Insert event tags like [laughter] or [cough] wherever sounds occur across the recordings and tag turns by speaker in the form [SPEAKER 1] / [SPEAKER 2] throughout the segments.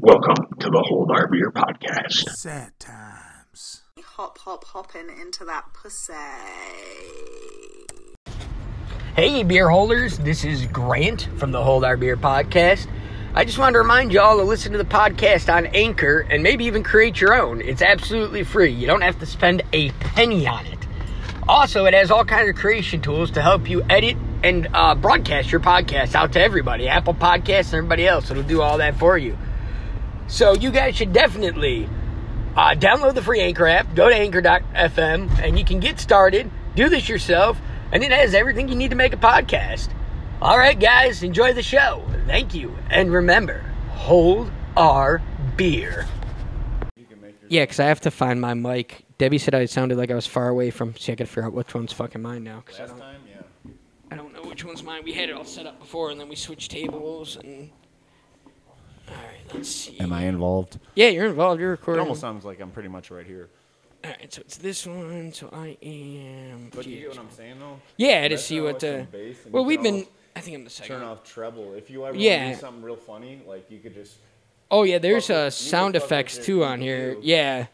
[SPEAKER 1] Welcome to the Hold Our Beer podcast.
[SPEAKER 2] Sad times.
[SPEAKER 3] Hop, hop, hopping into that pussy.
[SPEAKER 4] Hey, beer holders, this is Grant from the Hold Our Beer podcast. I just wanted to remind y'all to listen to the podcast on Anchor and maybe even create your own. It's absolutely free, you don't have to spend a penny on it. Also, it has all kinds of creation tools to help you edit and uh, broadcast your podcast out to everybody Apple Podcasts and everybody else. It'll do all that for you. So, you guys should definitely uh, download the free Anchor app, go to anchor.fm, and you can get started, do this yourself, and it has everything you need to make a podcast. All right, guys, enjoy the show. Thank you. And remember, hold our beer. Yeah, because I have to find my mic. Debbie said I sounded like I was far away from. See, I gotta figure out which one's fucking mine now. Cause I don't,
[SPEAKER 5] time, yeah.
[SPEAKER 4] I don't know which one's mine. We had it all set up before, and then we switched tables. And all right, let's see.
[SPEAKER 5] Am I involved?
[SPEAKER 4] Yeah, you're involved. You're
[SPEAKER 5] It
[SPEAKER 4] recording.
[SPEAKER 5] almost sounds like I'm pretty much right here.
[SPEAKER 4] All right, [clears throat] so it's this one. So I am.
[SPEAKER 5] But you
[SPEAKER 4] geez.
[SPEAKER 5] get what I'm saying, though.
[SPEAKER 4] yeah, to
[SPEAKER 5] That's
[SPEAKER 4] see
[SPEAKER 5] how
[SPEAKER 4] what
[SPEAKER 5] it's in
[SPEAKER 4] the.
[SPEAKER 5] bass, and you
[SPEAKER 4] Well,
[SPEAKER 5] can
[SPEAKER 4] we've been.
[SPEAKER 5] almost
[SPEAKER 4] I think I'm the second.
[SPEAKER 5] turn off treble. If you ever
[SPEAKER 4] uh, Yeah.
[SPEAKER 5] do something real funny, like you could just
[SPEAKER 4] Oh yeah, there's
[SPEAKER 5] fuck
[SPEAKER 4] uh,
[SPEAKER 5] with- you can
[SPEAKER 4] sound
[SPEAKER 5] fuck with
[SPEAKER 4] effects
[SPEAKER 5] your
[SPEAKER 4] too on here.
[SPEAKER 5] EQ.
[SPEAKER 4] Yeah,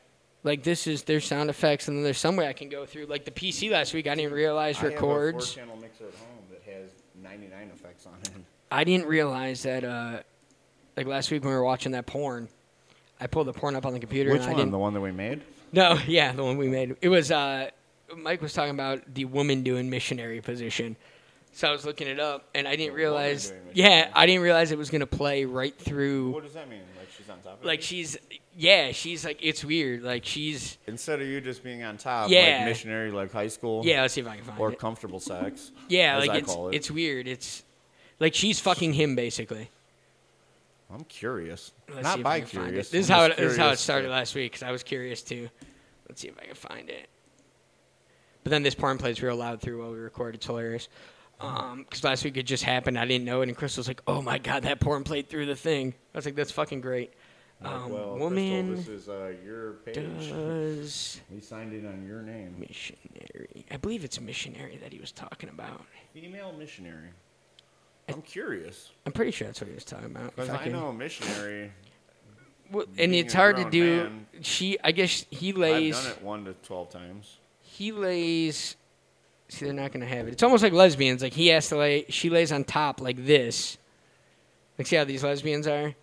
[SPEAKER 4] like this is there's sound effects, and then there's somewhere I can go through. Like the PC last week, I didn't realize records.
[SPEAKER 5] I have a four-channel mixer at home that has 99 effects on it.
[SPEAKER 4] I didn't realize that. Uh, like last week when we were watching that porn, I pulled the porn up on the computer. and I didn't,
[SPEAKER 5] one that we made?
[SPEAKER 4] No, [laughs] yeah, the one we made. It was uh, Mike was talking about the woman doing missionary position. So I was looking it up, and I didn't
[SPEAKER 5] The woman
[SPEAKER 4] realize.
[SPEAKER 5] doing
[SPEAKER 4] Yeah,
[SPEAKER 5] missionary.
[SPEAKER 4] I didn't realize it was gonna play right through.
[SPEAKER 5] What does that mean? Like she's on top of
[SPEAKER 4] like
[SPEAKER 5] it?
[SPEAKER 4] she's yeah she's like it's weird like she's
[SPEAKER 5] Instead of you just being on top,
[SPEAKER 4] Yeah.
[SPEAKER 5] like missionary, like high school,
[SPEAKER 4] yeah let's see if i can find
[SPEAKER 5] or
[SPEAKER 4] it
[SPEAKER 5] comfortable sex.
[SPEAKER 4] yeah
[SPEAKER 5] as
[SPEAKER 4] like
[SPEAKER 5] I
[SPEAKER 4] it's
[SPEAKER 5] call it.
[SPEAKER 4] it's weird it's like she's fucking him basically
[SPEAKER 5] I'm curious.
[SPEAKER 4] let's see
[SPEAKER 5] Not
[SPEAKER 4] if I
[SPEAKER 5] by
[SPEAKER 4] can find
[SPEAKER 5] curious.
[SPEAKER 4] it. this is
[SPEAKER 5] I'm
[SPEAKER 4] how it,
[SPEAKER 5] just
[SPEAKER 4] this is how it
[SPEAKER 5] curious.
[SPEAKER 4] started last week because i was curious too let's see if i can find it but then this porn plays real loud through while we record it's hilarious um because last week it just happened i didn't know it and crystal was like oh my god that porn played through the thing i was like that's fucking great
[SPEAKER 5] Like,
[SPEAKER 4] um
[SPEAKER 5] well, Crystal,
[SPEAKER 4] woman
[SPEAKER 5] this is uh, your page.
[SPEAKER 4] does
[SPEAKER 5] We signed it on your name.
[SPEAKER 4] missionary i believe it's missionary that he was talking about
[SPEAKER 5] Female missionary. I'm curious
[SPEAKER 4] I'm pretty sure that's what he was talking about.
[SPEAKER 5] because
[SPEAKER 4] If
[SPEAKER 5] I
[SPEAKER 4] can-
[SPEAKER 5] know a missionary.
[SPEAKER 4] Well, and
[SPEAKER 5] being
[SPEAKER 4] it's
[SPEAKER 5] a
[SPEAKER 4] hard to
[SPEAKER 5] grown
[SPEAKER 4] do.
[SPEAKER 5] man-
[SPEAKER 4] She, I guess, he
[SPEAKER 5] I've
[SPEAKER 4] lays.
[SPEAKER 5] done it one to twelve times.
[SPEAKER 4] He lays. See, they're not gonna have it. It's almost like lesbians. Like he has to lay. She lays on top like this. Like see how these lesbians are.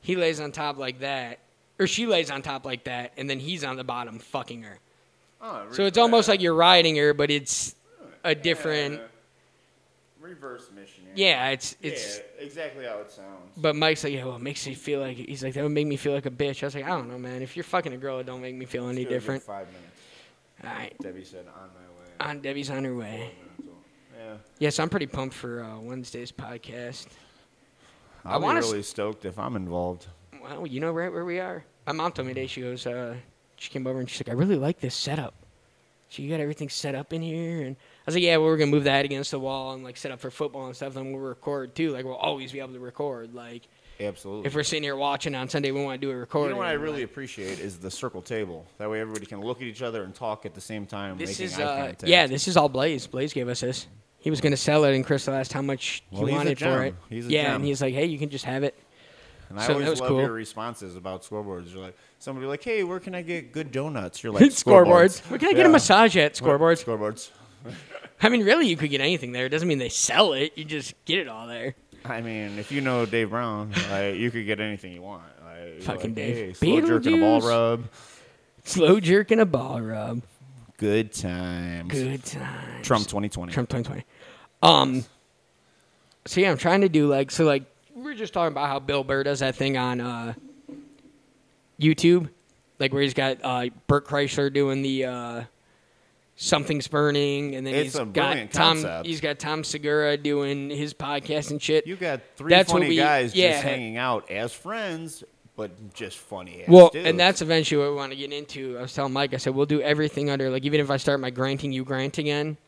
[SPEAKER 4] He lays on top like that, or she lays on top like that, and then he's on the bottom fucking her.
[SPEAKER 5] Oh,
[SPEAKER 4] So it's almost like you're riding her, but it's a different.
[SPEAKER 5] reverse missionary.
[SPEAKER 4] Yeah, it's it's.
[SPEAKER 5] yeah, exactly how it sounds.
[SPEAKER 4] But Mike's like, yeah, well, it makes me feel like he's like that would make me feel like a bitch. I was like, I don't know, man. If you're fucking a girl, it don't make me feel any
[SPEAKER 5] Let's do it in
[SPEAKER 4] different.
[SPEAKER 5] Five minutes.
[SPEAKER 4] All right,
[SPEAKER 5] Debbie said, "On my way."
[SPEAKER 4] on Debbie's on her way.
[SPEAKER 5] Yeah,
[SPEAKER 4] Yes, I'm pretty pumped for uh, Wednesday's podcast. I
[SPEAKER 5] I'll be
[SPEAKER 4] wanna s-
[SPEAKER 5] really stoked if I'm involved.
[SPEAKER 4] Well, you know right where we are. My mom told me today. She goes, uh, she came over and she's like, I really like this setup. She got everything set up in here, and I was like, yeah, well, we're gonna move that against the wall and like set up for football and stuff. Then we'll record too. Like we'll always be able to record. Like
[SPEAKER 5] Absolutely.
[SPEAKER 4] if we're sitting here watching on Sunday, we want to do a
[SPEAKER 5] you
[SPEAKER 4] recording.
[SPEAKER 5] know what I
[SPEAKER 4] Like,
[SPEAKER 5] really appreciate is the circle table. That way, everybody can look at each other and talk at the same time.
[SPEAKER 4] This
[SPEAKER 5] making
[SPEAKER 4] is
[SPEAKER 5] eye
[SPEAKER 4] uh,
[SPEAKER 5] contact.
[SPEAKER 4] yeah, this is all Blaze. Blaze gave us this. He was gonna sell it, and Crystal asked how much
[SPEAKER 5] Well,
[SPEAKER 4] he
[SPEAKER 5] he's a
[SPEAKER 4] wanted for
[SPEAKER 5] gem.
[SPEAKER 4] it.
[SPEAKER 5] He's a
[SPEAKER 4] yeah,
[SPEAKER 5] gem.
[SPEAKER 4] and he's like, hey, you can just have it.
[SPEAKER 5] And
[SPEAKER 4] So
[SPEAKER 5] I
[SPEAKER 4] that
[SPEAKER 5] always
[SPEAKER 4] was
[SPEAKER 5] love
[SPEAKER 4] cool.
[SPEAKER 5] your responses about scoreboards. You're like somebody like, "Hey, where can I get good donuts?"
[SPEAKER 4] [laughs]
[SPEAKER 5] You're like, "Scoreboards."
[SPEAKER 4] Where can I get a
[SPEAKER 5] Yeah.
[SPEAKER 4] massage at? Scoreboards.
[SPEAKER 5] Scoreboards.
[SPEAKER 4] I mean, really, you could get anything there. It doesn't mean they sell it. You just get it all there.
[SPEAKER 5] I mean, if you know Dave Brown, like, you could get anything you want. Like, you're
[SPEAKER 4] Fucking
[SPEAKER 5] like,
[SPEAKER 4] Dave.
[SPEAKER 5] Hey, slow jerk and a ball
[SPEAKER 4] Beetlejuice.
[SPEAKER 5] rub.
[SPEAKER 4] Slow jerk and a ball rub.
[SPEAKER 5] Good times.
[SPEAKER 4] Good times.
[SPEAKER 5] Trump 2020.
[SPEAKER 4] Trump 2020. Um. So yeah, I'm trying to do like so like we were just talking about how Bill Burr does that thing on uh, YouTube, like where he's got uh, Burt Kreischer doing the uh, something's burning, and then
[SPEAKER 5] It's
[SPEAKER 4] he's
[SPEAKER 5] a
[SPEAKER 4] got
[SPEAKER 5] brilliant
[SPEAKER 4] Tom.
[SPEAKER 5] concept.
[SPEAKER 4] He's got Tom Segura doing his podcast and shit.
[SPEAKER 5] You got three
[SPEAKER 4] That's what
[SPEAKER 5] funny
[SPEAKER 4] we-
[SPEAKER 5] guys
[SPEAKER 4] yeah.
[SPEAKER 5] just hanging out as friends, but just funny. Ass
[SPEAKER 4] Well,
[SPEAKER 5] dudes.
[SPEAKER 4] and that's eventually what we want to get into. I was telling Mike, I said we'll do everything under like even if I start my granting you grant again,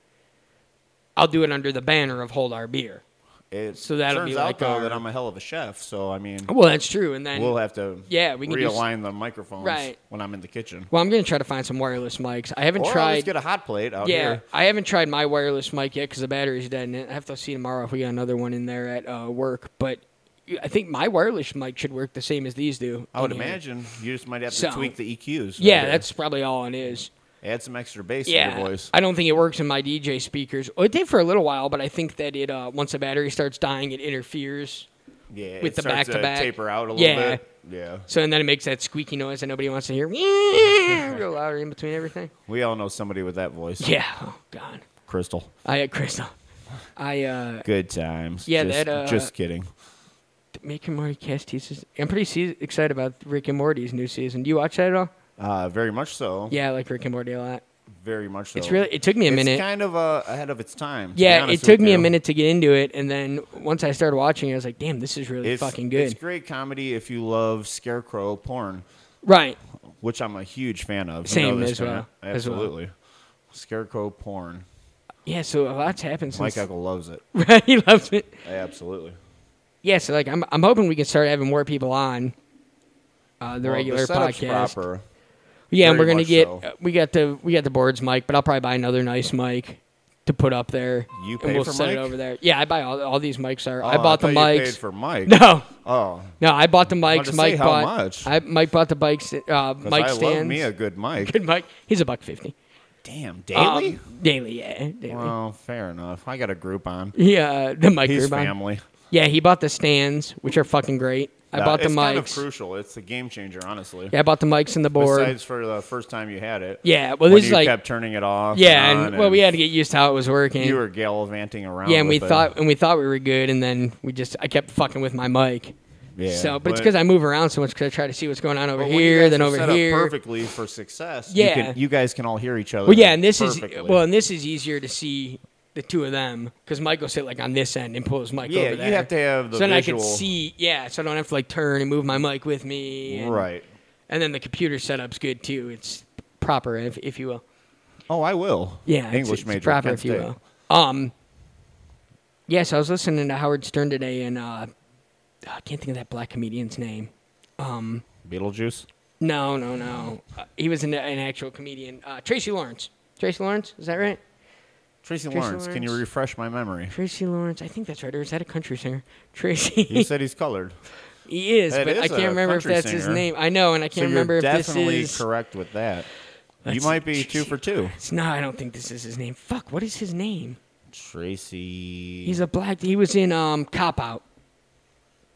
[SPEAKER 4] I'll do it under the banner of hold our beer.
[SPEAKER 5] it
[SPEAKER 4] so that'll
[SPEAKER 5] turns
[SPEAKER 4] be
[SPEAKER 5] out
[SPEAKER 4] like
[SPEAKER 5] though
[SPEAKER 4] our-
[SPEAKER 5] that I'm a hell of a chef. So I mean,
[SPEAKER 4] Well, that's true, and then
[SPEAKER 5] we'll uh have to
[SPEAKER 4] Yeah, we can do s-
[SPEAKER 5] realign the microphones
[SPEAKER 4] Right.
[SPEAKER 5] when I'm in the kitchen.
[SPEAKER 4] well, I'm gonna try to find some wireless mics. I haven't
[SPEAKER 5] Or I'll
[SPEAKER 4] tried.
[SPEAKER 5] just get a hot plate out
[SPEAKER 4] yeah,
[SPEAKER 5] here.
[SPEAKER 4] I haven't tried my wireless mic yet because the battery's dead, and I have to see tomorrow if we got another one in there at uh, work. But I think my wireless mic should work the same as these do.
[SPEAKER 5] I would
[SPEAKER 4] in here.
[SPEAKER 5] imagine you just might have to
[SPEAKER 4] So-
[SPEAKER 5] tweak the EQs. a
[SPEAKER 4] Yeah,
[SPEAKER 5] bit.
[SPEAKER 4] that's probably all it is.
[SPEAKER 5] add some extra bass to
[SPEAKER 4] Yeah,
[SPEAKER 5] your voice.
[SPEAKER 4] I don't think it works in my DJ speakers. Oh, it did for a little while, but I think that it uh, once the battery starts dying, it interferes.
[SPEAKER 5] yeah,
[SPEAKER 4] with
[SPEAKER 5] it
[SPEAKER 4] the
[SPEAKER 5] starts
[SPEAKER 4] back-to-back.
[SPEAKER 5] to taper out a little
[SPEAKER 4] Yeah.
[SPEAKER 5] bit. Yeah,
[SPEAKER 4] So and then it makes that squeaky noise that nobody wants to hear. [laughs] Real loud in between everything.
[SPEAKER 5] we all know somebody with that voice.
[SPEAKER 4] Yeah. Oh God.
[SPEAKER 5] Crystal.
[SPEAKER 4] I had Crystal. I uh,
[SPEAKER 5] Good times.
[SPEAKER 4] Yeah,
[SPEAKER 5] just,
[SPEAKER 4] that, uh,
[SPEAKER 5] just kidding.
[SPEAKER 4] Rick and Morty cast teasers. I'm pretty se- excited about Rick and Morty's new season. Do you watch that at all?
[SPEAKER 5] Uh, very much so.
[SPEAKER 4] Yeah, I like Rick and Morty a lot.
[SPEAKER 5] very much so.
[SPEAKER 4] It's really. It took me a
[SPEAKER 5] it's
[SPEAKER 4] minute.
[SPEAKER 5] kind of uh, ahead of its time. to be
[SPEAKER 4] yeah, it
[SPEAKER 5] honest
[SPEAKER 4] took
[SPEAKER 5] with
[SPEAKER 4] me a
[SPEAKER 5] you.
[SPEAKER 4] minute to get into it, and then once I started watching, it, I was like, "Damn, this is really
[SPEAKER 5] It's
[SPEAKER 4] fucking good."
[SPEAKER 5] It's great comedy if you love scarecrow porn,
[SPEAKER 4] Right.
[SPEAKER 5] which I'm a huge fan of. You
[SPEAKER 4] Same
[SPEAKER 5] know this,
[SPEAKER 4] as well,
[SPEAKER 5] man.
[SPEAKER 4] as well.
[SPEAKER 5] Absolutely. Scarecrow porn.
[SPEAKER 4] Yeah. So a lot's happened since.
[SPEAKER 5] Mike Eckle loves it.
[SPEAKER 4] [laughs] Right. He loves it.
[SPEAKER 5] Absolutely.
[SPEAKER 4] Yeah. So like, I'm I'm hoping we can start having more people on. Uh, the
[SPEAKER 5] Well,
[SPEAKER 4] regular
[SPEAKER 5] setup's
[SPEAKER 4] podcast.
[SPEAKER 5] Proper.
[SPEAKER 4] Yeah, and
[SPEAKER 5] Very
[SPEAKER 4] we're gonna
[SPEAKER 5] much
[SPEAKER 4] get
[SPEAKER 5] so.
[SPEAKER 4] uh, we got the we got the boards mic, but I'll probably buy another nice mic to put up there.
[SPEAKER 5] You
[SPEAKER 4] and
[SPEAKER 5] pay
[SPEAKER 4] we'll
[SPEAKER 5] for
[SPEAKER 4] set it
[SPEAKER 5] mic?
[SPEAKER 4] over there. Yeah, I buy all, all these mics are. I
[SPEAKER 5] Oh,
[SPEAKER 4] bought the
[SPEAKER 5] thought you paid
[SPEAKER 4] mics.
[SPEAKER 5] for Mike.
[SPEAKER 4] [laughs] no,
[SPEAKER 5] Oh,
[SPEAKER 4] no, I bought the mics.
[SPEAKER 5] to say,
[SPEAKER 4] Mike
[SPEAKER 5] how
[SPEAKER 4] bought.
[SPEAKER 5] much?
[SPEAKER 4] I Mike bought the bikes. Uh,
[SPEAKER 5] 'cause
[SPEAKER 4] mic
[SPEAKER 5] I
[SPEAKER 4] stands.
[SPEAKER 5] love me a good Mike.
[SPEAKER 4] [laughs] good mic. He's a buck fifty.
[SPEAKER 5] Damn,
[SPEAKER 4] Um,
[SPEAKER 5] daily.
[SPEAKER 4] daily, yeah, daily.
[SPEAKER 5] well, fair enough. I got a group on.
[SPEAKER 4] yeah, the mic.
[SPEAKER 5] He's
[SPEAKER 4] group on.
[SPEAKER 5] family.
[SPEAKER 4] Yeah, he bought the stands, which are fucking great. I
[SPEAKER 5] Uh,
[SPEAKER 4] bought the
[SPEAKER 5] it's
[SPEAKER 4] mics.
[SPEAKER 5] kind of crucial. It's a game changer, honestly.
[SPEAKER 4] yeah, I bought the mics and the board.
[SPEAKER 5] Besides for the first time you had it.
[SPEAKER 4] yeah, well,
[SPEAKER 5] when
[SPEAKER 4] this is
[SPEAKER 5] you
[SPEAKER 4] like
[SPEAKER 5] kept turning it off.
[SPEAKER 4] yeah,
[SPEAKER 5] and,
[SPEAKER 4] and,
[SPEAKER 5] on
[SPEAKER 4] well, we
[SPEAKER 5] and
[SPEAKER 4] had to get used to how it was working.
[SPEAKER 5] You were gallivanting around.
[SPEAKER 4] Yeah, and we
[SPEAKER 5] with it.
[SPEAKER 4] thought and we thought we were good, and then we just I kept fucking with my mic.
[SPEAKER 5] Yeah,
[SPEAKER 4] So, but, it's
[SPEAKER 5] but-
[SPEAKER 4] because I move around so much because I try to see what's going on over
[SPEAKER 5] But when you
[SPEAKER 4] here,
[SPEAKER 5] guys
[SPEAKER 4] then
[SPEAKER 5] were
[SPEAKER 4] over
[SPEAKER 5] set
[SPEAKER 4] here.
[SPEAKER 5] Up perfectly for success.
[SPEAKER 4] Yeah.
[SPEAKER 5] you, can, you guys can all hear each other.
[SPEAKER 4] Well, yeah, and this
[SPEAKER 5] perfectly.
[SPEAKER 4] is well, and this is easier to see the two of them because Mike will sit like on this end and pull his mic
[SPEAKER 5] Yeah,
[SPEAKER 4] over
[SPEAKER 5] you
[SPEAKER 4] there.
[SPEAKER 5] have to have the
[SPEAKER 4] so then I
[SPEAKER 5] visual-
[SPEAKER 4] can see. Yeah, so I don't have to like turn and move my mic with me. and-
[SPEAKER 5] right.
[SPEAKER 4] And then the computer setup's good too. It's proper, if if you will.
[SPEAKER 5] Oh, I will.
[SPEAKER 4] Yeah, it's-
[SPEAKER 5] English
[SPEAKER 4] it's,
[SPEAKER 5] major.
[SPEAKER 4] proper,
[SPEAKER 5] Kent
[SPEAKER 4] if you
[SPEAKER 5] State.
[SPEAKER 4] will. Um, yes, I was listening to Howard Stern today, and uh, I can't think of that black comedian's name.
[SPEAKER 5] Beetlejuice.
[SPEAKER 4] No, no, no. Uh, he was an, an actual comedian. Uh, Tracy Lawrence. Tracy Lawrence, is that right?
[SPEAKER 5] Tracy,
[SPEAKER 4] Tracy
[SPEAKER 5] Lawrence, can you
[SPEAKER 4] Lawrence.
[SPEAKER 5] refresh my
[SPEAKER 4] [laughs]
[SPEAKER 5] memory?
[SPEAKER 4] Tracy Lawrence, I think that's right. Or is that a country singer? [laughs] Tracy.
[SPEAKER 5] You said he's colored,
[SPEAKER 4] [laughs] he is,
[SPEAKER 5] That
[SPEAKER 4] but I
[SPEAKER 5] is a
[SPEAKER 4] can't remember if
[SPEAKER 5] country
[SPEAKER 4] that's his
[SPEAKER 5] singer.
[SPEAKER 4] name. I know, and I
[SPEAKER 5] so you're
[SPEAKER 4] can't remember if this
[SPEAKER 5] definitely
[SPEAKER 4] is.
[SPEAKER 5] correct with that. You
[SPEAKER 4] That's-
[SPEAKER 5] might
[SPEAKER 4] [laughs]
[SPEAKER 5] be two
[SPEAKER 4] Tracy
[SPEAKER 5] for two.
[SPEAKER 4] Lawrence. No, I don't think this is his name. Fuck, what is his name?
[SPEAKER 5] Tracy.
[SPEAKER 4] He's a black. He was in um Cop Out.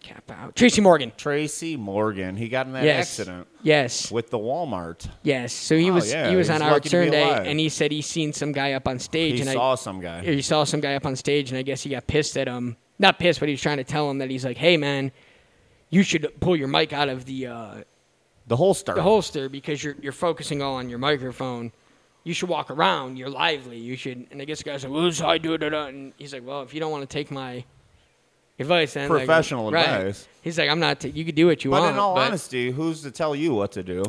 [SPEAKER 4] Cop Out. Tracy Morgan.
[SPEAKER 5] Tracy Morgan. He got in that
[SPEAKER 4] yes.
[SPEAKER 5] accident
[SPEAKER 4] Yes.
[SPEAKER 5] with the Walmart.
[SPEAKER 4] Yes. So he
[SPEAKER 5] Oh,
[SPEAKER 4] was
[SPEAKER 5] yeah,
[SPEAKER 4] he was
[SPEAKER 5] he's
[SPEAKER 4] on our
[SPEAKER 5] lucky to be
[SPEAKER 4] turn day,
[SPEAKER 5] alive.
[SPEAKER 4] and he said he seen some guy up on stage,
[SPEAKER 5] He
[SPEAKER 4] and
[SPEAKER 5] saw
[SPEAKER 4] I
[SPEAKER 5] some guy.
[SPEAKER 4] he saw some guy up on stage, and I guess he got pissed at him. Not pissed, but he was trying to tell him that he's like, hey man, you should pull your mic out of the uh,
[SPEAKER 5] the holster.
[SPEAKER 4] the holster because you're you're focusing all on your microphone. You should walk around. You're lively. You should. And I guess the guy's like, "Well, this is how I do it." da-da." And he's like, "Well, if you don't want to take my advice, then like,
[SPEAKER 5] Professional
[SPEAKER 4] right."
[SPEAKER 5] advice.
[SPEAKER 4] He's like, "I'm not. ta- you could do what you
[SPEAKER 5] but
[SPEAKER 4] want."
[SPEAKER 5] in all honesty, who's to tell you what to do?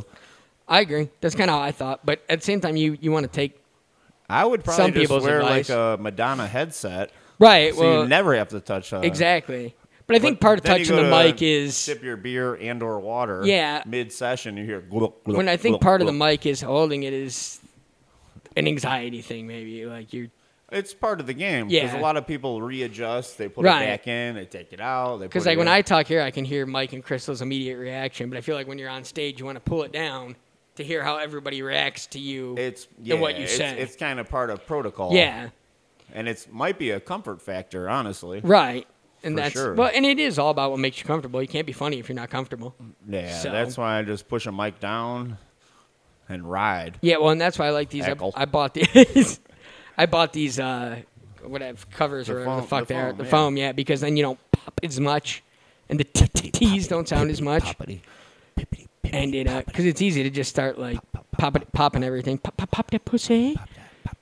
[SPEAKER 4] I agree. That's kind of how I thought. But at the same time, you you want to take
[SPEAKER 5] I would probably
[SPEAKER 4] Some
[SPEAKER 5] just
[SPEAKER 4] people's
[SPEAKER 5] wear
[SPEAKER 4] advice.
[SPEAKER 5] like a Madonna headset,
[SPEAKER 4] right.
[SPEAKER 5] so
[SPEAKER 4] well,
[SPEAKER 5] you never have to touch. Uh,
[SPEAKER 4] exactly. But I think
[SPEAKER 5] but
[SPEAKER 4] part of
[SPEAKER 5] then you
[SPEAKER 4] touching
[SPEAKER 5] go
[SPEAKER 4] the
[SPEAKER 5] to
[SPEAKER 4] mic is
[SPEAKER 5] sip your beer and or water.
[SPEAKER 4] Yeah.
[SPEAKER 5] mid session you hear. glug, glug,
[SPEAKER 4] when I think
[SPEAKER 5] glug,
[SPEAKER 4] part of the
[SPEAKER 5] glug.
[SPEAKER 4] mic is holding it is an anxiety thing. Maybe like you're
[SPEAKER 5] It's part of the game because
[SPEAKER 4] Yeah.
[SPEAKER 5] a lot of people readjust. They put
[SPEAKER 4] Right.
[SPEAKER 5] it back in. They take it out. They
[SPEAKER 4] Because
[SPEAKER 5] put
[SPEAKER 4] like
[SPEAKER 5] it
[SPEAKER 4] when
[SPEAKER 5] in.
[SPEAKER 4] I talk here, I can hear Mike and Crystal's immediate reaction, but I feel like when you're on stage, you want to pull it down to hear how everybody reacts to you.
[SPEAKER 5] it's yeah,
[SPEAKER 4] and what you
[SPEAKER 5] it's,
[SPEAKER 4] say.
[SPEAKER 5] It's kind of part of protocol.
[SPEAKER 4] yeah,
[SPEAKER 5] and it's might be a comfort factor, honestly.
[SPEAKER 4] right. And
[SPEAKER 5] For
[SPEAKER 4] that's
[SPEAKER 5] sure.
[SPEAKER 4] well, and it is all about what makes you comfortable. You can't be funny if you're not comfortable.
[SPEAKER 5] Yeah,
[SPEAKER 4] So-
[SPEAKER 5] that's why I just push a mic down and ride.
[SPEAKER 4] Yeah, well, and that's why I like these. I,
[SPEAKER 5] Heckle.
[SPEAKER 4] I bought these. [laughs] I bought these. Uh, whatever covers
[SPEAKER 5] The
[SPEAKER 4] or whatever the
[SPEAKER 5] foam-
[SPEAKER 4] fuck
[SPEAKER 5] the
[SPEAKER 4] they are.
[SPEAKER 5] foam,
[SPEAKER 4] The
[SPEAKER 5] yeah.
[SPEAKER 4] foam, yeah, because then you don't pop as much, and the t- t- t's don't sound as much. And it because it's easy to just start like popping popping everything. Pop pop pop that pussy.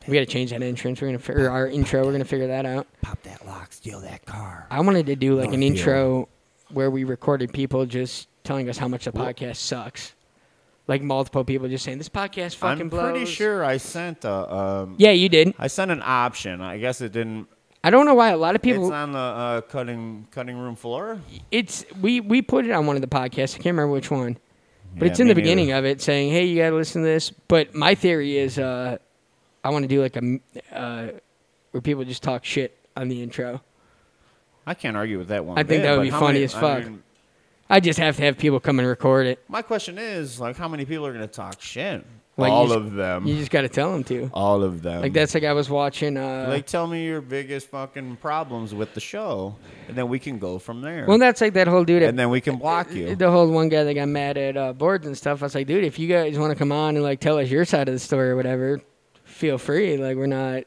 [SPEAKER 4] We gotta change that entrance. We're gonna figure our intro. We're gonna figure that out.
[SPEAKER 2] Pop that lock, steal that car.
[SPEAKER 4] I wanted to do like an
[SPEAKER 2] Northfield.
[SPEAKER 4] intro where we recorded people just telling us how much the podcast sucks. Like multiple people just saying this podcast fucking
[SPEAKER 5] I'm
[SPEAKER 4] blows.
[SPEAKER 5] pretty sure I sent a um,
[SPEAKER 4] Yeah, you did.
[SPEAKER 5] I sent an option. I guess it didn't.
[SPEAKER 4] I don't know why a lot of people.
[SPEAKER 5] It's on the uh, cutting cutting room floor.
[SPEAKER 4] it's we we put it on one of the podcasts. I can't remember which one, but
[SPEAKER 5] Yeah,
[SPEAKER 4] it's in
[SPEAKER 5] me
[SPEAKER 4] the beginning
[SPEAKER 5] neither.
[SPEAKER 4] of it saying, "Hey, you gotta listen to this." But my theory is, uh, I want to do like a m- uh, where people just talk shit on the intro.
[SPEAKER 5] I can't argue with that one.
[SPEAKER 4] I
[SPEAKER 5] bit,
[SPEAKER 4] think that would
[SPEAKER 5] but
[SPEAKER 4] be
[SPEAKER 5] how
[SPEAKER 4] funny
[SPEAKER 5] many-
[SPEAKER 4] as
[SPEAKER 5] I
[SPEAKER 4] fuck.
[SPEAKER 5] mean,
[SPEAKER 4] I just have to have people come and record it.
[SPEAKER 5] my question is, like, how many people are going to talk shit?
[SPEAKER 4] Like, you
[SPEAKER 5] All
[SPEAKER 4] just-
[SPEAKER 5] of them.
[SPEAKER 4] You just got to tell them to.
[SPEAKER 5] All of them.
[SPEAKER 4] Like that's like I was watching. Uh,
[SPEAKER 5] Like, tell me your biggest fucking problems with the show, and then we can go from there.
[SPEAKER 4] well, that's like that uh, whole dude.
[SPEAKER 5] and
[SPEAKER 4] At,
[SPEAKER 5] then we can block you.
[SPEAKER 4] the whole one guy that got mad at uh, boards and stuff. I was like, dude, if you guys want to come on and like tell us your side of the story or whatever, feel free. Like we're not,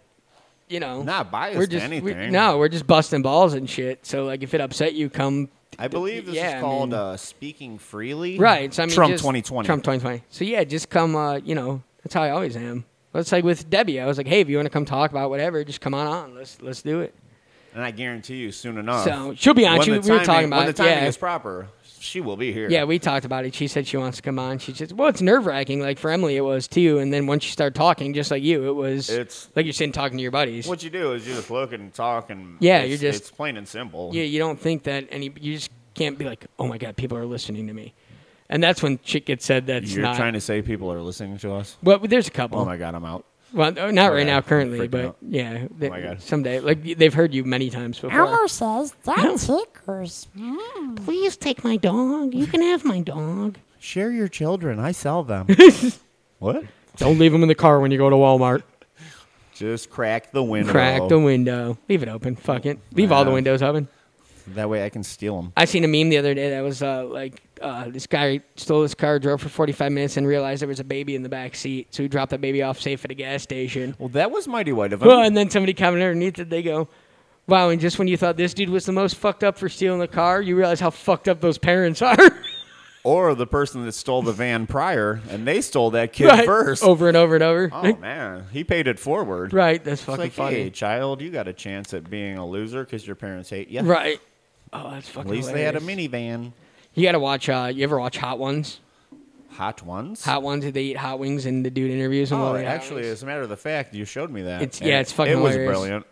[SPEAKER 4] you know,
[SPEAKER 5] Not biased
[SPEAKER 4] we're
[SPEAKER 5] to
[SPEAKER 4] just we-
[SPEAKER 5] anything.
[SPEAKER 4] no, we're just busting balls and shit. So like if it upset you, come.
[SPEAKER 5] I believe this
[SPEAKER 4] yeah, I
[SPEAKER 5] is called
[SPEAKER 4] mean-
[SPEAKER 5] uh, speaking freely.
[SPEAKER 4] Right. So I mean,
[SPEAKER 5] Trump
[SPEAKER 4] just-
[SPEAKER 5] 2020.
[SPEAKER 4] Trump 2020. So yeah, just come. Uh, you know, that's how I always am. But it's like with Debbie. I was like, hey, if you want to come talk about whatever, just come on on. Let's let's do it.
[SPEAKER 5] And I guarantee you, soon enough.
[SPEAKER 4] So, she'll be on.
[SPEAKER 5] when
[SPEAKER 4] She-
[SPEAKER 5] the
[SPEAKER 4] we were talking
[SPEAKER 5] timing-
[SPEAKER 4] about
[SPEAKER 5] when
[SPEAKER 4] it,
[SPEAKER 5] the timing
[SPEAKER 4] yeah.
[SPEAKER 5] is proper. She will be here.
[SPEAKER 4] Yeah, we talked about it. She said she wants to come on. She just well, it's nerve wracking. Like for Emily, it was too. And then once you start talking, just like you, it was
[SPEAKER 5] It's-
[SPEAKER 4] like you're sitting talking to your buddies.
[SPEAKER 5] What you do is you just look and talk and
[SPEAKER 4] Yeah,
[SPEAKER 5] it's-
[SPEAKER 4] you're just-
[SPEAKER 5] it's plain and simple.
[SPEAKER 4] yeah, you don't think that any. You just can't be like, oh my god, people are listening to me, and that's when shit gets said. That's
[SPEAKER 5] You're
[SPEAKER 4] not.
[SPEAKER 5] trying to say people are listening to us.
[SPEAKER 4] well, there's a couple.
[SPEAKER 5] Oh my god, I'm out.
[SPEAKER 4] Well, oh, not right
[SPEAKER 5] yeah,
[SPEAKER 4] now
[SPEAKER 5] I'm
[SPEAKER 4] currently,
[SPEAKER 5] freaking
[SPEAKER 4] but
[SPEAKER 5] out. Oh
[SPEAKER 4] yeah, they-
[SPEAKER 5] my God.
[SPEAKER 4] someday. Like y- they've heard you many times before.
[SPEAKER 6] Elmo says that tickers. Mm.
[SPEAKER 4] Please take my dog. You can have my dog.
[SPEAKER 5] Share your children. I sell them.
[SPEAKER 4] [laughs]
[SPEAKER 5] what?
[SPEAKER 4] Don't leave him in the car when you go to Walmart.
[SPEAKER 5] Just crack the window.
[SPEAKER 4] Crack the window. Leave it open. Fuck it. Leave all the
[SPEAKER 5] Yeah.
[SPEAKER 4] windows open.
[SPEAKER 5] That way I can steal them.
[SPEAKER 4] I seen a meme the other day that was uh, like uh, this guy stole his car, drove for 45 minutes, and realized there was a baby in the back seat, so he dropped the baby off safe at a gas station.
[SPEAKER 5] Well, that was mighty white of him.
[SPEAKER 4] Well, [laughs] and then somebody commented underneath it. They go, "Wow!" And just when you thought this dude was the most fucked up for stealing the car, you realize how fucked up those parents are. [laughs]
[SPEAKER 5] or the person that stole the van prior, and they stole that kid
[SPEAKER 4] Right.
[SPEAKER 5] first.
[SPEAKER 4] Over and over and over.
[SPEAKER 5] Oh man, he paid it forward.
[SPEAKER 4] Right, that's
[SPEAKER 5] It's
[SPEAKER 4] fucking
[SPEAKER 5] like,
[SPEAKER 4] funny.
[SPEAKER 5] hey, child, you got a chance at being a loser because your parents hate you.
[SPEAKER 4] [laughs] Right. Oh, that's
[SPEAKER 5] At
[SPEAKER 4] fucking
[SPEAKER 5] least they had a
[SPEAKER 4] hilarious.
[SPEAKER 5] minivan.
[SPEAKER 4] You gotta watch uh you ever watch Hot Ones?
[SPEAKER 5] Hot ones.
[SPEAKER 4] Hot Ones they eat hot wings and the dude interviews them
[SPEAKER 5] Oh,
[SPEAKER 4] while they eat hot
[SPEAKER 5] actually,
[SPEAKER 4] wings.
[SPEAKER 5] as a matter of the fact, you showed me that.
[SPEAKER 4] It's-
[SPEAKER 5] and
[SPEAKER 4] yeah, it's fucking
[SPEAKER 5] It was
[SPEAKER 4] hilarious.
[SPEAKER 5] brilliant.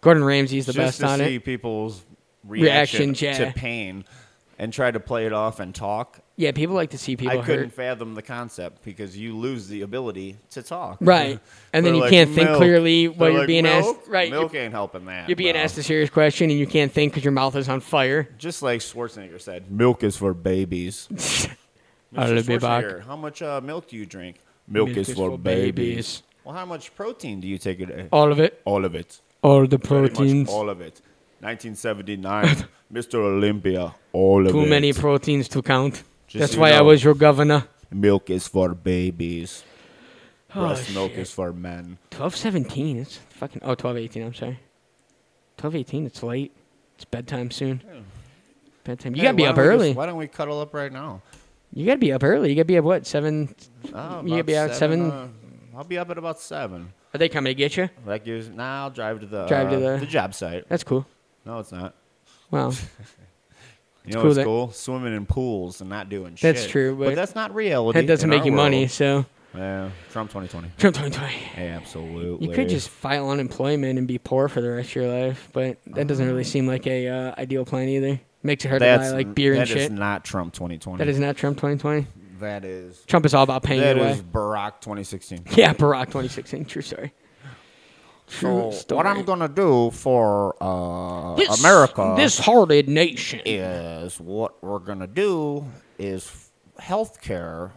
[SPEAKER 4] Gordon Ramsay's the
[SPEAKER 5] Just
[SPEAKER 4] best
[SPEAKER 5] to
[SPEAKER 4] on
[SPEAKER 5] see
[SPEAKER 4] it.
[SPEAKER 5] people's reaction
[SPEAKER 4] Reactions, yeah.
[SPEAKER 5] to pain, and try to play it off and talk.
[SPEAKER 4] Yeah, people like to see people
[SPEAKER 5] I couldn't
[SPEAKER 4] hurt.
[SPEAKER 5] fathom the concept because you lose the ability to talk.
[SPEAKER 4] Right.
[SPEAKER 5] [laughs]
[SPEAKER 4] And then
[SPEAKER 5] They're
[SPEAKER 4] you
[SPEAKER 5] like,
[SPEAKER 4] can't think
[SPEAKER 5] "Milk."
[SPEAKER 4] clearly
[SPEAKER 5] They're
[SPEAKER 4] while you're
[SPEAKER 5] like,
[SPEAKER 4] being
[SPEAKER 5] milk?
[SPEAKER 4] asked right.
[SPEAKER 5] Milk
[SPEAKER 4] You're,
[SPEAKER 5] ain't helping that.
[SPEAKER 4] you're being
[SPEAKER 5] bro.
[SPEAKER 4] asked a serious question and you can't think because your mouth is on fire.
[SPEAKER 5] Just like Schwarzenegger said, milk is for babies.
[SPEAKER 4] [laughs] I'll
[SPEAKER 5] Mr.
[SPEAKER 4] be back.
[SPEAKER 5] Schwarzenegger, how much uh, milk do you drink? Milk, is, for, babies. Well, how much protein do you take a day?
[SPEAKER 4] All of it.
[SPEAKER 5] All of it.
[SPEAKER 4] All the
[SPEAKER 5] Pretty
[SPEAKER 4] Oh. proteins.
[SPEAKER 5] Much all of it. [laughs] 1979, Mr. Olympia. All of it.
[SPEAKER 4] Too many proteins to count.
[SPEAKER 5] Just
[SPEAKER 4] that's
[SPEAKER 5] so
[SPEAKER 4] why
[SPEAKER 5] you
[SPEAKER 4] I
[SPEAKER 5] know.
[SPEAKER 4] was your governor.
[SPEAKER 5] Milk is for babies. Breast
[SPEAKER 4] Oh,
[SPEAKER 5] milk
[SPEAKER 4] shit.
[SPEAKER 5] is for men.
[SPEAKER 4] Twelve seventeen. It's fucking. Oh, 12:18, I'm sorry. Twelve eighteen. It's late. It's bedtime soon. Bedtime. You
[SPEAKER 5] Hey,
[SPEAKER 4] gotta be
[SPEAKER 5] why
[SPEAKER 4] up
[SPEAKER 5] don't we just-
[SPEAKER 4] early.
[SPEAKER 5] why don't we cuddle up right now?
[SPEAKER 4] you gotta be up early. You gotta be up what seven?
[SPEAKER 5] Oh,
[SPEAKER 4] You
[SPEAKER 5] about
[SPEAKER 4] be out at seven?
[SPEAKER 5] uh, I'll be up at about seven.
[SPEAKER 4] Are they coming to get you?
[SPEAKER 5] That gives. Now I'll drive to the
[SPEAKER 4] Drive to
[SPEAKER 5] uh,
[SPEAKER 4] the-
[SPEAKER 5] the job site.
[SPEAKER 4] That's cool.
[SPEAKER 5] No, it's not.
[SPEAKER 4] Wow.
[SPEAKER 5] You know
[SPEAKER 4] cool
[SPEAKER 5] what's
[SPEAKER 4] that-
[SPEAKER 5] cool? Swimming in pools and not doing shit.
[SPEAKER 4] That's true, but-
[SPEAKER 5] that's not reality.
[SPEAKER 4] that doesn't
[SPEAKER 5] in
[SPEAKER 4] make
[SPEAKER 5] our
[SPEAKER 4] you money.
[SPEAKER 5] world.
[SPEAKER 4] So
[SPEAKER 5] Yeah, Trump 2020.
[SPEAKER 4] Trump twenty twenty.
[SPEAKER 5] Absolutely.
[SPEAKER 4] You could just file unemployment and be poor for the rest of your life, but that doesn't really seem like a uh, ideal plan either. Makes it hard
[SPEAKER 5] Oh. That's
[SPEAKER 4] to buy like beer and
[SPEAKER 5] that is
[SPEAKER 4] shit.
[SPEAKER 5] not Trump 2020.
[SPEAKER 4] that is not Trump twenty twenty.
[SPEAKER 5] That is.
[SPEAKER 4] Trump is all about paying
[SPEAKER 5] That
[SPEAKER 4] your
[SPEAKER 5] is
[SPEAKER 4] way.
[SPEAKER 5] Barack 2016.
[SPEAKER 4] [laughs] Yeah, Barack twenty sixteen. True story.
[SPEAKER 5] So
[SPEAKER 4] True
[SPEAKER 5] what I'm
[SPEAKER 4] story.
[SPEAKER 5] gonna do for uh,
[SPEAKER 4] This-
[SPEAKER 5] America
[SPEAKER 4] This hearted nation.
[SPEAKER 5] is what we're gonna do is healthcare.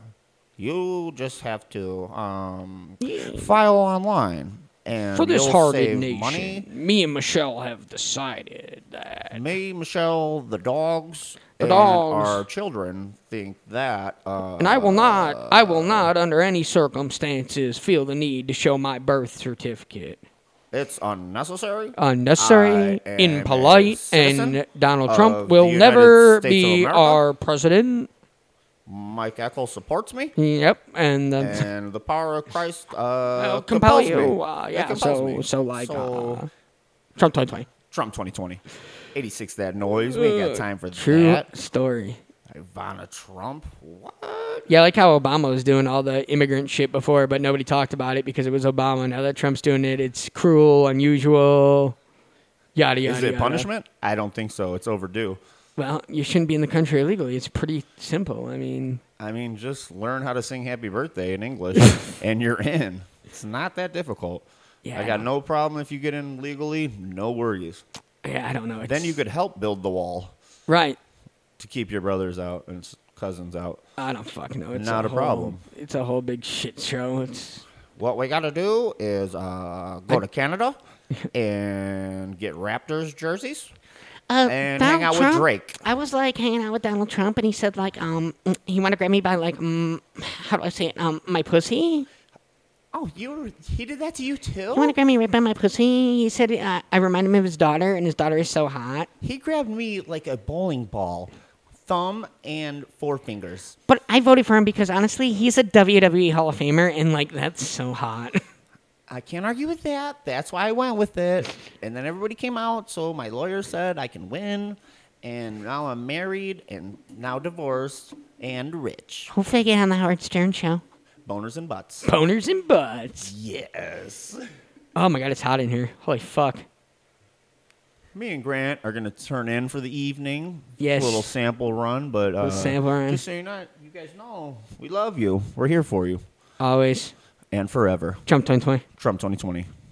[SPEAKER 5] You just have to um, file online and
[SPEAKER 4] For this
[SPEAKER 5] you'll
[SPEAKER 4] hearted
[SPEAKER 5] save
[SPEAKER 4] nation,
[SPEAKER 5] money.
[SPEAKER 4] me and Michelle have decided that.
[SPEAKER 5] Me, Michelle, the dogs,
[SPEAKER 4] The
[SPEAKER 5] and
[SPEAKER 4] dogs.
[SPEAKER 5] our children think that. Uh,
[SPEAKER 4] And I will not, I will not, under any circumstances, feel the need to show my birth certificate.
[SPEAKER 5] It's unnecessary.
[SPEAKER 4] Uh, Unnecessary,
[SPEAKER 5] I am a
[SPEAKER 4] impolite, and
[SPEAKER 5] citizen
[SPEAKER 4] Donald
[SPEAKER 5] of
[SPEAKER 4] Trump
[SPEAKER 5] the
[SPEAKER 4] will
[SPEAKER 5] United
[SPEAKER 4] never
[SPEAKER 5] States of
[SPEAKER 4] be
[SPEAKER 5] America.
[SPEAKER 4] our president.
[SPEAKER 5] Mike Eckel supports
[SPEAKER 4] [laughs]
[SPEAKER 5] me,
[SPEAKER 4] Yep, and the, [laughs]
[SPEAKER 5] and the power of Christ uh,
[SPEAKER 4] Well, compel
[SPEAKER 5] compels
[SPEAKER 4] you.
[SPEAKER 5] me.
[SPEAKER 4] Uh,
[SPEAKER 5] It
[SPEAKER 4] yeah,
[SPEAKER 5] compels
[SPEAKER 4] so
[SPEAKER 5] me.
[SPEAKER 4] so like
[SPEAKER 5] So,
[SPEAKER 4] uh, Trump 2020.
[SPEAKER 5] Trump 2020, 86. That noise. We ain't got time for
[SPEAKER 4] Uh, True
[SPEAKER 5] that.
[SPEAKER 4] story.
[SPEAKER 5] Ivana Trump. What?
[SPEAKER 4] Yeah, I like how Obama was doing all the immigrant shit before, but nobody talked about it because it was Obama. Now that Trump's doing it, it's cruel, unusual, yada yada.
[SPEAKER 5] Is it
[SPEAKER 4] yada.
[SPEAKER 5] punishment? I don't think so. It's overdue.
[SPEAKER 4] Well, you shouldn't be in the country illegally. It's pretty simple. I mean,
[SPEAKER 5] I mean, just learn how to sing "Happy Birthday" in English, and you're in. It's not that difficult.
[SPEAKER 4] Yeah.
[SPEAKER 5] I got no problem if you get in legally. No worries.
[SPEAKER 4] Yeah, I don't know.
[SPEAKER 5] Then
[SPEAKER 4] It's-
[SPEAKER 5] you could help build the wall
[SPEAKER 4] right.
[SPEAKER 5] to keep your brothers out and s- cousins out.
[SPEAKER 4] I don't fucking know. It's
[SPEAKER 5] Not a
[SPEAKER 4] whole-
[SPEAKER 5] problem.
[SPEAKER 4] It's a whole big shit show. It's
[SPEAKER 5] What we got to do is uh, go to Canada and get Raptors jerseys
[SPEAKER 7] Uh,
[SPEAKER 5] and
[SPEAKER 7] Donald
[SPEAKER 5] hang out
[SPEAKER 7] Trump,
[SPEAKER 5] with Drake.
[SPEAKER 7] I was like hanging out with Donald Trump, and he said like, um, he want to grab me by like, um, how do I say it? Um, my pussy.
[SPEAKER 5] Oh, you he did that to you
[SPEAKER 7] He want
[SPEAKER 5] too?
[SPEAKER 7] to grab me right by my pussy. He said uh, I remind him of his daughter, and his daughter is so hot.
[SPEAKER 5] He grabbed me like a bowling ball, thumb and four fingers.
[SPEAKER 7] But I voted for him because honestly, he's a WWE Hall of Famer, and like that's so hot. [laughs]
[SPEAKER 5] I can't argue with that. That's why I went with it. And then everybody came out, so my lawyer said I can win. And now I'm married and now divorced and rich.
[SPEAKER 7] Hopefully, I get on the Howard Stern show.
[SPEAKER 5] Boners and butts.
[SPEAKER 4] boners and butts.
[SPEAKER 5] Yes.
[SPEAKER 4] Oh my god, it's hot in here. Holy fuck.
[SPEAKER 5] Me and Grant are gonna turn in for the evening.
[SPEAKER 4] Yes.
[SPEAKER 5] Little sample run, but uh,
[SPEAKER 4] sample run.
[SPEAKER 5] Just so you know, you guys know, we love you. We're here for you
[SPEAKER 4] Always
[SPEAKER 5] and forever.
[SPEAKER 4] jump 2020.
[SPEAKER 5] Trump 2020.